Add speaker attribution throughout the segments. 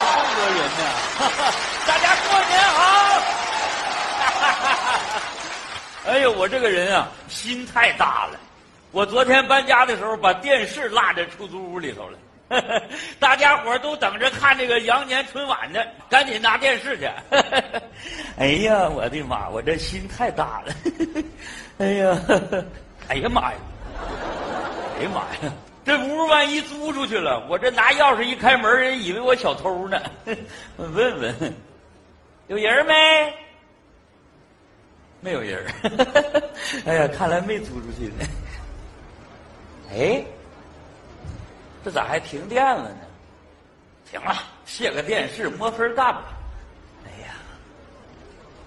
Speaker 1: 呢？ 大家过年好！ 哎呦，我这个人啊，心太大了。我昨天搬家的时候，把电视落在出租屋里头了。 大家伙儿都等着看这个羊年春晚呢，赶紧拿电视去。 哎呀，我的妈！我这心太大了。 哎呀，哎呀妈呀！哎呀妈呀！这屋万一租出去了，我这拿钥匙一开门，人以为我小偷呢。问问，有人没？没有人儿。哎呀，看来没租出去呢。哎，这咋还停电了呢？行了，卸个电视，摸分干吧。哎呀，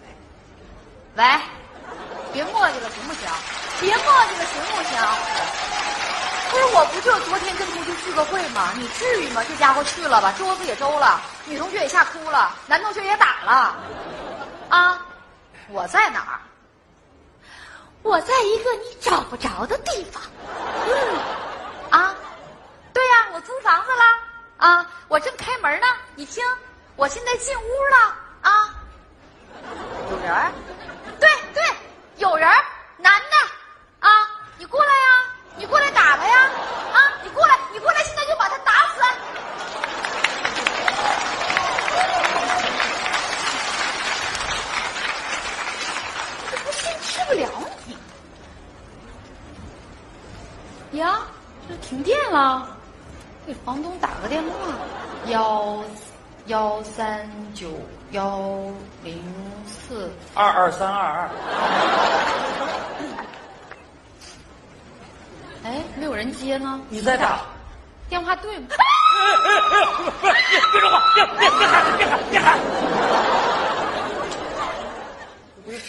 Speaker 2: 喂，别磨叽了行不行？别磨叽了行不行？不是，我不就昨天跟同学聚个会吗？你至于吗？这家伙去了吧，桌子也周了，女同学也吓哭了，男同学也打了，啊，我在哪儿？我在一个你找不着的地方。嗯，啊，对呀、我租房子啦，啊，我正开门呢，你听，我现在进屋了，啊，有人儿？对对，有人儿，男的，啊，你过来呀、你过来打他呀，啊，你过来，你过来，现在就把他打死。这不信吃不了你。呀，这停电了，给房东打个电话，幺幺三九幺零四。
Speaker 1: 二二三二二，
Speaker 2: 哎，没有人接呢，
Speaker 1: 你在打？
Speaker 2: 电话对吗？
Speaker 1: 不是，别说话，别别别喊，别喊，别喊。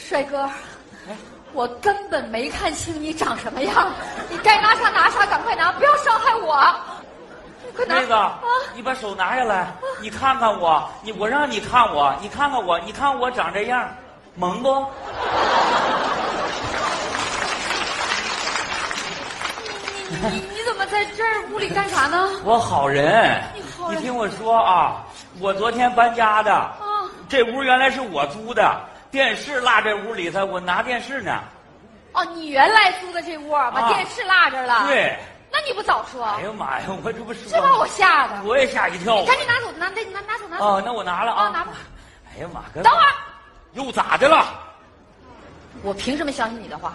Speaker 2: 帅哥，我根本没看清你长什么样，你该拿啥拿啥，赶快拿，不要伤害我，快拿！
Speaker 1: 妹子，
Speaker 2: 啊，
Speaker 1: 你把手拿下来，你看看我，你我让你看我，你看看我，你看我长这样，萌不？
Speaker 2: 你你你怎么在这儿屋里干啥呢？
Speaker 1: 我好人
Speaker 2: 你好，
Speaker 1: 你
Speaker 2: 人
Speaker 1: 听我说啊，我昨天搬家的，
Speaker 2: 啊
Speaker 1: 这屋原来是我租的，电视落这屋里头，我拿电视呢。
Speaker 2: 哦，你原来租的这屋，把
Speaker 1: 啊
Speaker 2: 电视落这儿了。，
Speaker 1: 对，
Speaker 2: 那你不早说，
Speaker 1: 哎呀妈呀，我这不说，
Speaker 2: 这把我吓的。
Speaker 1: 我也吓一跳。
Speaker 2: 赶紧拿走，拿拿拿拿走，拿走。
Speaker 1: 啊，那我拿了啊，
Speaker 2: 啊拿吧。
Speaker 1: 哎呀妈，等
Speaker 2: 等会儿，
Speaker 1: 又咋的了？
Speaker 2: 我凭什么相信你的话？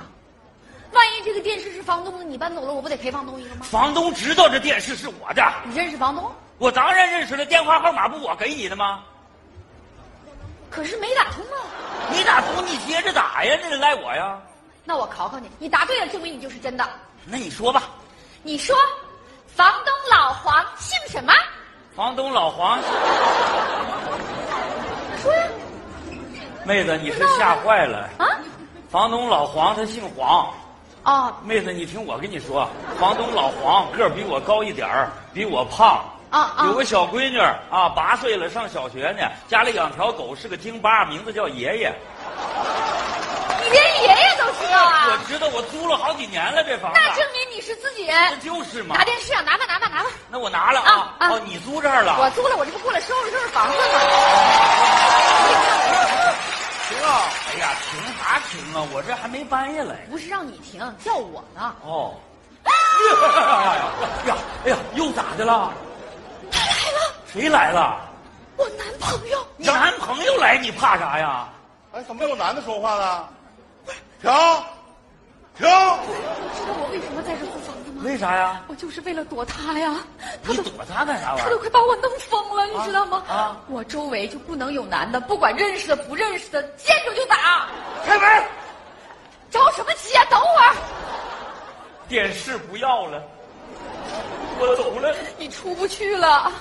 Speaker 2: 万一这个电视是房东的，你搬走了，我不得赔房东一个吗？
Speaker 1: 房东知道这电视是我的，
Speaker 2: 你认识房东？
Speaker 1: 我当然认识了，电话号码不我给你的吗？
Speaker 2: 可是没打通啊。
Speaker 1: 你打通你接着打呀，这得赖我呀。
Speaker 2: 那我考考你，你答对了，证明你就是真的。
Speaker 1: 那你说吧，
Speaker 2: 你说，房东老黄姓什么？
Speaker 1: 房东老黄，
Speaker 2: 说呀，
Speaker 1: 妹子你是吓坏了。
Speaker 2: 啊？
Speaker 1: 房东老黄他姓黄，
Speaker 2: 哦
Speaker 1: 妹子你听我跟你说，房东老黄个儿比我高一点儿，比我胖。
Speaker 2: 啊啊
Speaker 1: 有个小闺女儿啊，八岁了，上小学呢。家里养条狗，是个京巴，名字叫爷爷。
Speaker 2: 你连爷爷都知道
Speaker 1: 我
Speaker 2: 啊？
Speaker 1: 知道，我租了好几年了这房子。
Speaker 2: 那证明你是自己人。
Speaker 1: 那就是嘛
Speaker 2: 拿。电视啊，拿吧拿吧拿吧。
Speaker 1: 那我拿了啊。
Speaker 2: 啊啊
Speaker 1: 哦，你租这儿了？
Speaker 2: 我租了，我这不过来收拾收拾房子吗？
Speaker 1: 知道。
Speaker 3: 啊
Speaker 1: 哎呀，停啥停啊？我这还没搬下来呢。
Speaker 2: 不是让你停，叫我 呢。
Speaker 1: 哦。哎呀哎呀，又咋的了？
Speaker 2: 他来了，
Speaker 1: 谁来了？
Speaker 2: 我男朋友。
Speaker 1: 你男朋友来，你怕啥呀？
Speaker 3: 哎，怎么有男的说话呢？停！停！
Speaker 2: 知道我为什么在这租房子吗？
Speaker 1: 为啥呀？
Speaker 2: 我就是为了躲他呀。他
Speaker 1: 你
Speaker 2: 都
Speaker 1: 躲他干啥玩
Speaker 2: 他
Speaker 1: 意
Speaker 2: 都
Speaker 1: 儿？
Speaker 2: 快把我弄疯了，你知道吗？
Speaker 1: 啊
Speaker 2: 我周围就不能有男的，不管认识的不认识的，见着就打，
Speaker 1: 开门！
Speaker 2: 着什么急啊？等会儿
Speaker 1: 电视不要了，我走了，
Speaker 2: 你出不去了，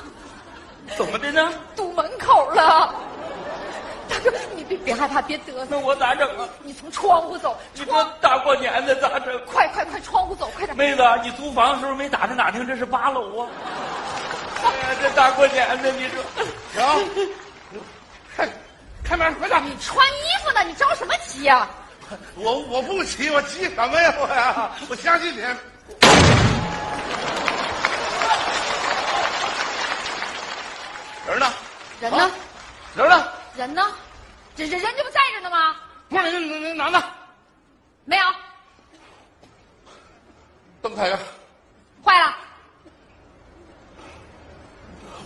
Speaker 1: 怎么的呢？
Speaker 2: 堵门口了。大哥，你别别害怕，别嘚瑟，
Speaker 1: 那我咋整啊？
Speaker 2: 你从窗户走，
Speaker 1: 你说大过年的咋整？
Speaker 2: 快快快，窗户走，快点。
Speaker 1: 妹子，你租房的时候没打听打听，这是八楼啊！哎呀，这大过年的，你说哎
Speaker 3: 停！开开门，快点！
Speaker 2: 你穿衣服呢，你着什么急啊？
Speaker 3: 我我不急，我急什么呀？我呀，我相信你。人呢？
Speaker 2: 人呢？
Speaker 3: 啊人呢？
Speaker 2: 人呢？人人人这不在着呢吗？
Speaker 3: 不是，那那男的，
Speaker 2: 没有，
Speaker 3: 灯开开，
Speaker 2: 坏了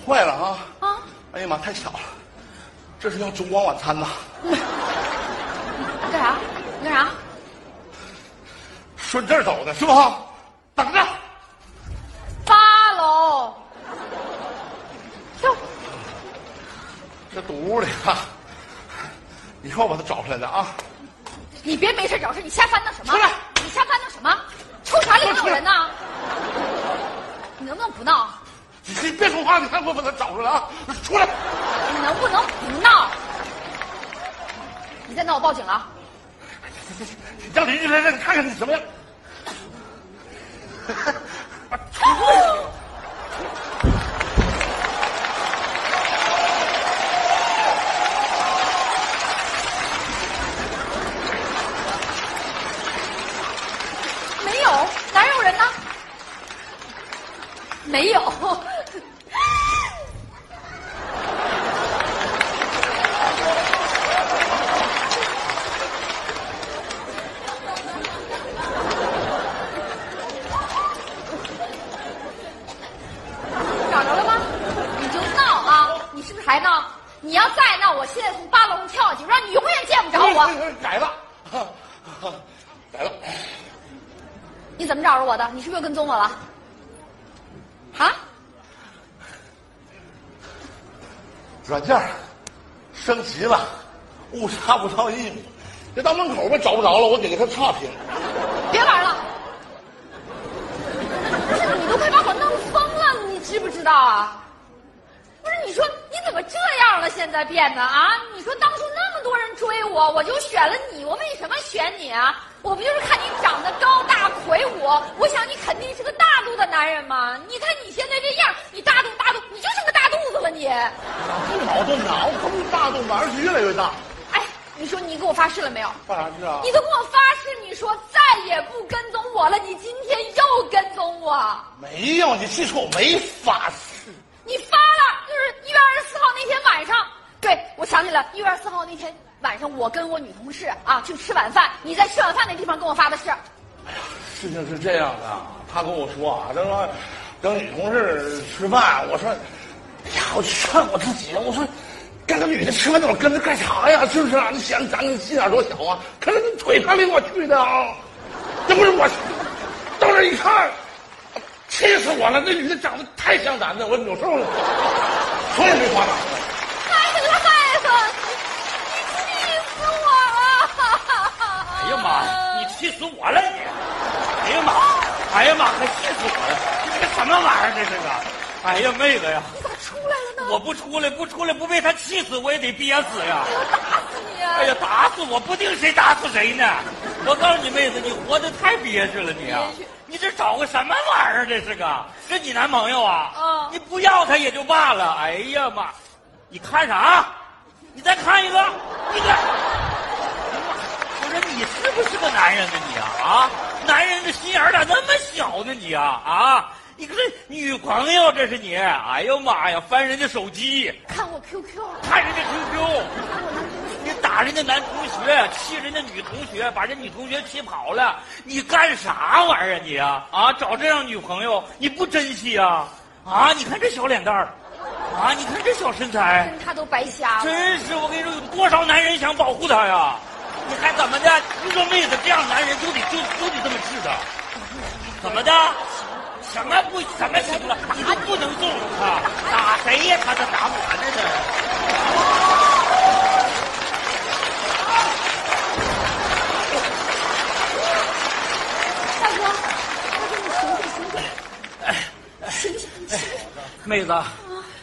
Speaker 3: 坏了啊！
Speaker 2: 啊！
Speaker 3: 哎呀妈，太巧了，这是要烛光晚餐呐！
Speaker 2: 你干啥？你干啥？
Speaker 3: 顺这儿走的是吧？等着，
Speaker 2: 八楼。哟，
Speaker 3: 这堵屋里啊，以后把他找出来的啊！
Speaker 2: 你别没事找事，你瞎翻腾什么
Speaker 3: 出来？
Speaker 2: 你瞎翻腾什么？抽查里
Speaker 3: 快
Speaker 2: 没有
Speaker 3: 出来
Speaker 2: 人呢？你能不能不闹？
Speaker 3: 你你别说话，你看我把他找出来啊！出来，
Speaker 2: 你能不能不闹？你再闹我报警了！
Speaker 3: 你让邻居来让你看看你什么样。
Speaker 2: 没有，哪有人呢？没有。找着了吗？你就闹啊！你是不是还闹？你要再闹，我现在从八楼上跳下去，让你永远见不着我。
Speaker 3: 哎改了，改了，
Speaker 2: 你怎么找着我的？你是不是又跟踪我了？啊？
Speaker 3: 软件儿升级了，误差不到一米，这到门口吧找不着了，我得给他差评。
Speaker 2: 别玩了！不是你都快把我弄疯了，你知不知道啊？不是你说你怎么这样了？现在变得啊？你说当初那么多人追我，我就选了你，我为什么选你啊？我不就是看你长得高大魁梧，我想你肯定是个大度的男人嘛？你看你现在这样，你大度大度，你就剩个大肚子了你。
Speaker 3: 不矛盾呐，我可不大肚子，而且越来越大。
Speaker 2: 哎，你说你给我发誓了没有？
Speaker 3: 干啥去啊？
Speaker 2: 你都跟我发誓，你说再也不跟踪我了，你今天又跟踪我。
Speaker 3: 没有，你记住，我没法誓。
Speaker 2: 你发了，就是一月二十四号那天晚上。对，我想起来，一月二十四号那天晚上，我跟我女同事啊去吃晚饭，你在吃晚饭那地方跟我发的誓。
Speaker 3: 事情是这样的，他跟我说啊，他说跟女同事吃饭，我说，哎呀，我劝我自己，我说跟个女的吃饭，我跟着干啥呀？是不是啊？你想咱这心眼多小啊？可是你腿上领我去的啊，这不是我到那一看，气死我了！那女的长得太像咱的，我扭瘦了，头也没花脑。
Speaker 2: 太赖了，你气死
Speaker 1: 哎
Speaker 2: 我了！
Speaker 1: 呀妈呀，你气死我了你！哎呀妈，哎呀妈，还气死我了！这个什么玩意儿这是个？哎呀妹子呀，
Speaker 2: 你咋出来了呢？
Speaker 1: 我不出来，不出来，不被他气死，我也得憋死呀！
Speaker 2: 我要打死你！
Speaker 1: 哎呀，打死我不定谁打死谁呢！我告诉你，妹子，你活得太憋屈了，你啊
Speaker 2: 憋屈！
Speaker 1: 你这找个什么玩意儿？这是个，这你男朋友啊？
Speaker 2: 嗯
Speaker 1: 你不要他也就罢了，哎呀妈！你看啥？你再看一个，一个。我说你是不是个男人呢？你啊啊！男人的心眼儿咋那么小呢？你啊啊！你个这女朋友，这是你！哎呦妈呀，翻人家手机，
Speaker 2: 看我 QQ，
Speaker 1: 看人家 QQ。你打人家男同学，气人家女同学，把人女同学气跑了，你干啥玩意儿啊你啊啊！找这样女朋友，你不珍惜啊啊！你看这小脸蛋儿，啊，你看这小身材，
Speaker 2: 跟他都白瞎了。
Speaker 1: 真是我跟你说，有多少男人想保护她呀？你还怎么的？你说妹子，这样男人都得就都得这么治的，怎么的？什么不什么行了？你就不能纵容他？打谁呀？他这打我呢这是。
Speaker 2: 大哥，大哥，你醒醒醒醒，醒醒醒醒！
Speaker 1: 妹子，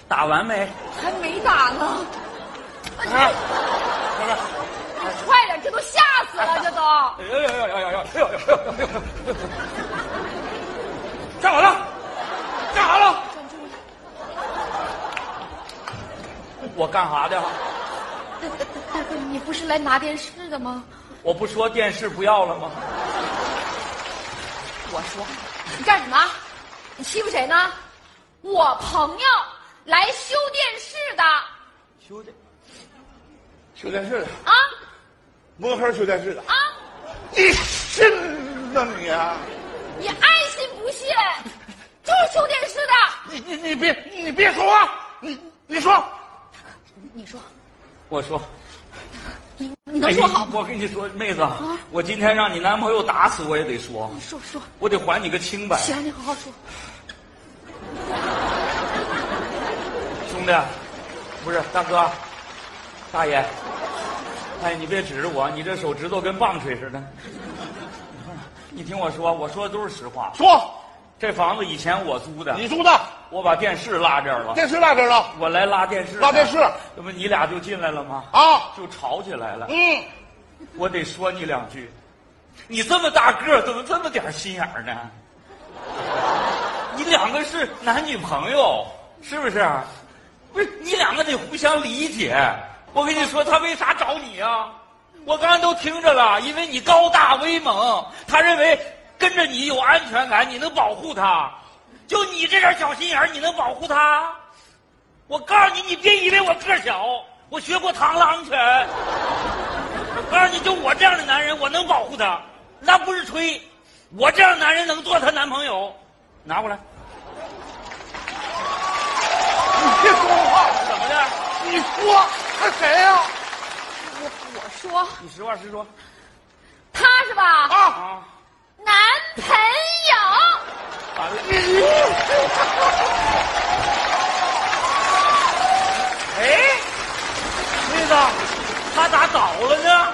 Speaker 1: 打完没？
Speaker 2: 还没打呢。
Speaker 1: 啊
Speaker 2: 哎，
Speaker 1: 不是。
Speaker 2: 你快点，这都吓死了，这都。
Speaker 1: 哎呦呦呦呦呦呦呦呦呦！站好了，干啥了？我干啥的？
Speaker 2: 大哥，你不是来拿电视的吗？
Speaker 1: 我不说电视不要了吗？
Speaker 2: 我说，你干什么？你欺负谁呢？我朋友来修电视的，
Speaker 1: 修修的。
Speaker 3: 修电视的，
Speaker 2: 啊
Speaker 3: 摸黑修电视的，
Speaker 2: 啊！
Speaker 3: 你信吗你啊？
Speaker 2: 你爱信不信，就是修电视的。
Speaker 3: 你你你别你别说话，你你说，
Speaker 2: 你说，
Speaker 1: 我说，
Speaker 2: 你你能说好
Speaker 1: 哎
Speaker 2: 吗？
Speaker 1: 我跟你说，妹子，我今天让你男朋友打死我也得说，
Speaker 2: 你说说，
Speaker 1: 我得还你个清白，
Speaker 2: 行，你好好说。
Speaker 1: 兄弟，不是大哥，大爷，哎，你别指着我，你这手指头跟棒槌似的。你听我说，我说的都是实话。
Speaker 3: 说
Speaker 1: 这房子以前我租的，
Speaker 3: 你住的
Speaker 1: 我把电视拉这儿了，
Speaker 3: 电视落这儿了，
Speaker 1: 我来拉电视，
Speaker 3: 拉电视
Speaker 1: 这不你俩就进来了吗？
Speaker 3: 啊，
Speaker 1: 就吵起来了。
Speaker 3: 嗯，
Speaker 1: 我得说你两句，你这么大个儿，怎么这么点儿心眼儿呢？你两个是男女朋友，是不是？不是，你两个得互相理解。我跟你说，他为啥找你啊？我刚才都听着了，因为你高大威猛，他认为跟着你有安全感，你能保护他。就你这点小心眼儿，你能保护他？我告诉你，你别以为我个儿小，我学过螳螂拳。我告诉你，就我这样的男人，我能保护她，那不是吹。我这样的男人能做她男朋友，拿过来。
Speaker 3: 你别说话，
Speaker 1: 怎么的？
Speaker 3: 你说他谁啊呀、
Speaker 2: 我我说
Speaker 1: 你实话实说
Speaker 2: 他是吧？
Speaker 3: 啊？啊，
Speaker 1: 啊！
Speaker 2: 男朋友，
Speaker 1: 完了，
Speaker 3: 你
Speaker 1: 哎，妹子，他咋倒了呢？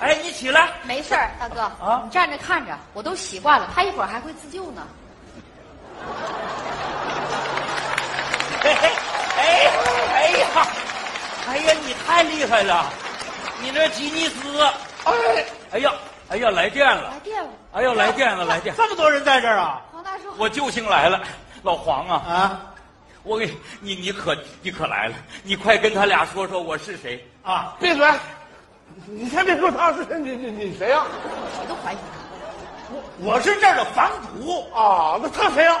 Speaker 1: 哎，你起来。
Speaker 2: 没事儿，大哥，
Speaker 1: 啊
Speaker 2: 你站着看着，我都习惯了。他一会儿还会自救呢。
Speaker 1: 哎哎哎呀，哎呀，你太厉害了，你这吉尼斯。
Speaker 3: 哎，
Speaker 1: 哎呀，哎呀，来电了
Speaker 2: 来。电了，
Speaker 1: 哎呀，来电了，来电。
Speaker 4: 这么多人在这儿啊？
Speaker 2: 黄大叔，
Speaker 1: 我救星来了，老黄啊。
Speaker 4: 啊
Speaker 1: 我给你，你可你可来了，你快跟他俩说说我是谁。
Speaker 4: 啊！
Speaker 3: 闭嘴！你先别说他是谁，你你你谁呀、啊
Speaker 2: 谁都怀疑他。
Speaker 4: 我我是这儿的房主，
Speaker 3: 啊，那他谁呀、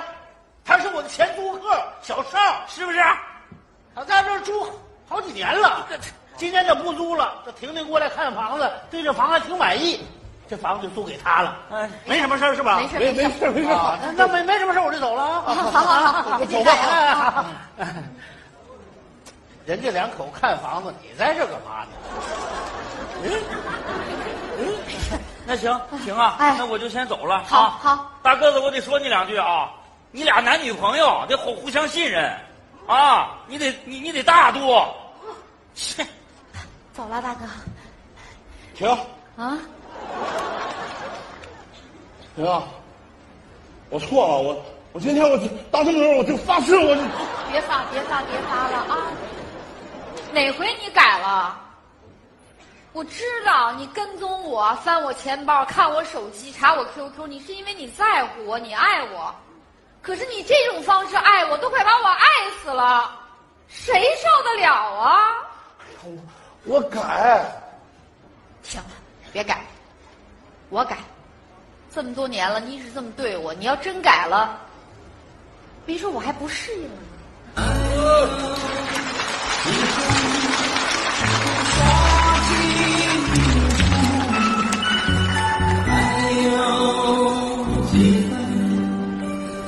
Speaker 4: 他是我的前租客小邵，
Speaker 1: 是不是？
Speaker 4: 他在这儿住好几年了，今年这不租了，这婷婷过来看房子，对这房还挺满意，这房子就租给他了。
Speaker 1: 哎
Speaker 4: 没什么事儿是吧？
Speaker 2: 没事
Speaker 3: 没没事没事，
Speaker 4: 啊，那那没没什么事儿我就走了
Speaker 2: 好
Speaker 4: 啊。
Speaker 2: 好好好，
Speaker 4: 走吧。人家两口看房子，你在这儿干嘛呢？
Speaker 1: 那行行啊，
Speaker 2: 哎
Speaker 1: 那我就先走了。
Speaker 2: 好
Speaker 1: 啊
Speaker 2: 好，
Speaker 1: 大个子，我得说你两句啊，你俩男女朋友得互互相信任，啊，你得你你得大度。 切，
Speaker 2: 走了，大哥
Speaker 3: 停
Speaker 2: 啊，
Speaker 3: 停啊！我错了，我我今天我就当这么多人我就发誓我就
Speaker 2: 别发别发别发了啊！哪回你改了？我知道你跟踪我，翻我钱包，看我手机，查我 QQ，你是因为你在乎我，你爱我。可是你这种方式爱我，都快把我爱死了，谁受得了啊？
Speaker 3: 我改。
Speaker 2: 行了，别改，我改。这么多年了，你一直这么对我，你要真改了，别说我还不适应呢。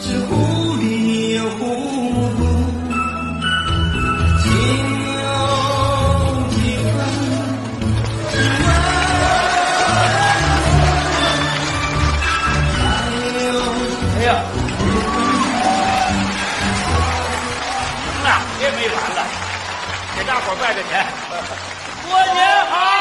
Speaker 5: 是忽离又忽不，情有几分？
Speaker 1: 哎呀，嗯行了，这没完了，给大伙儿拜个年，过年好。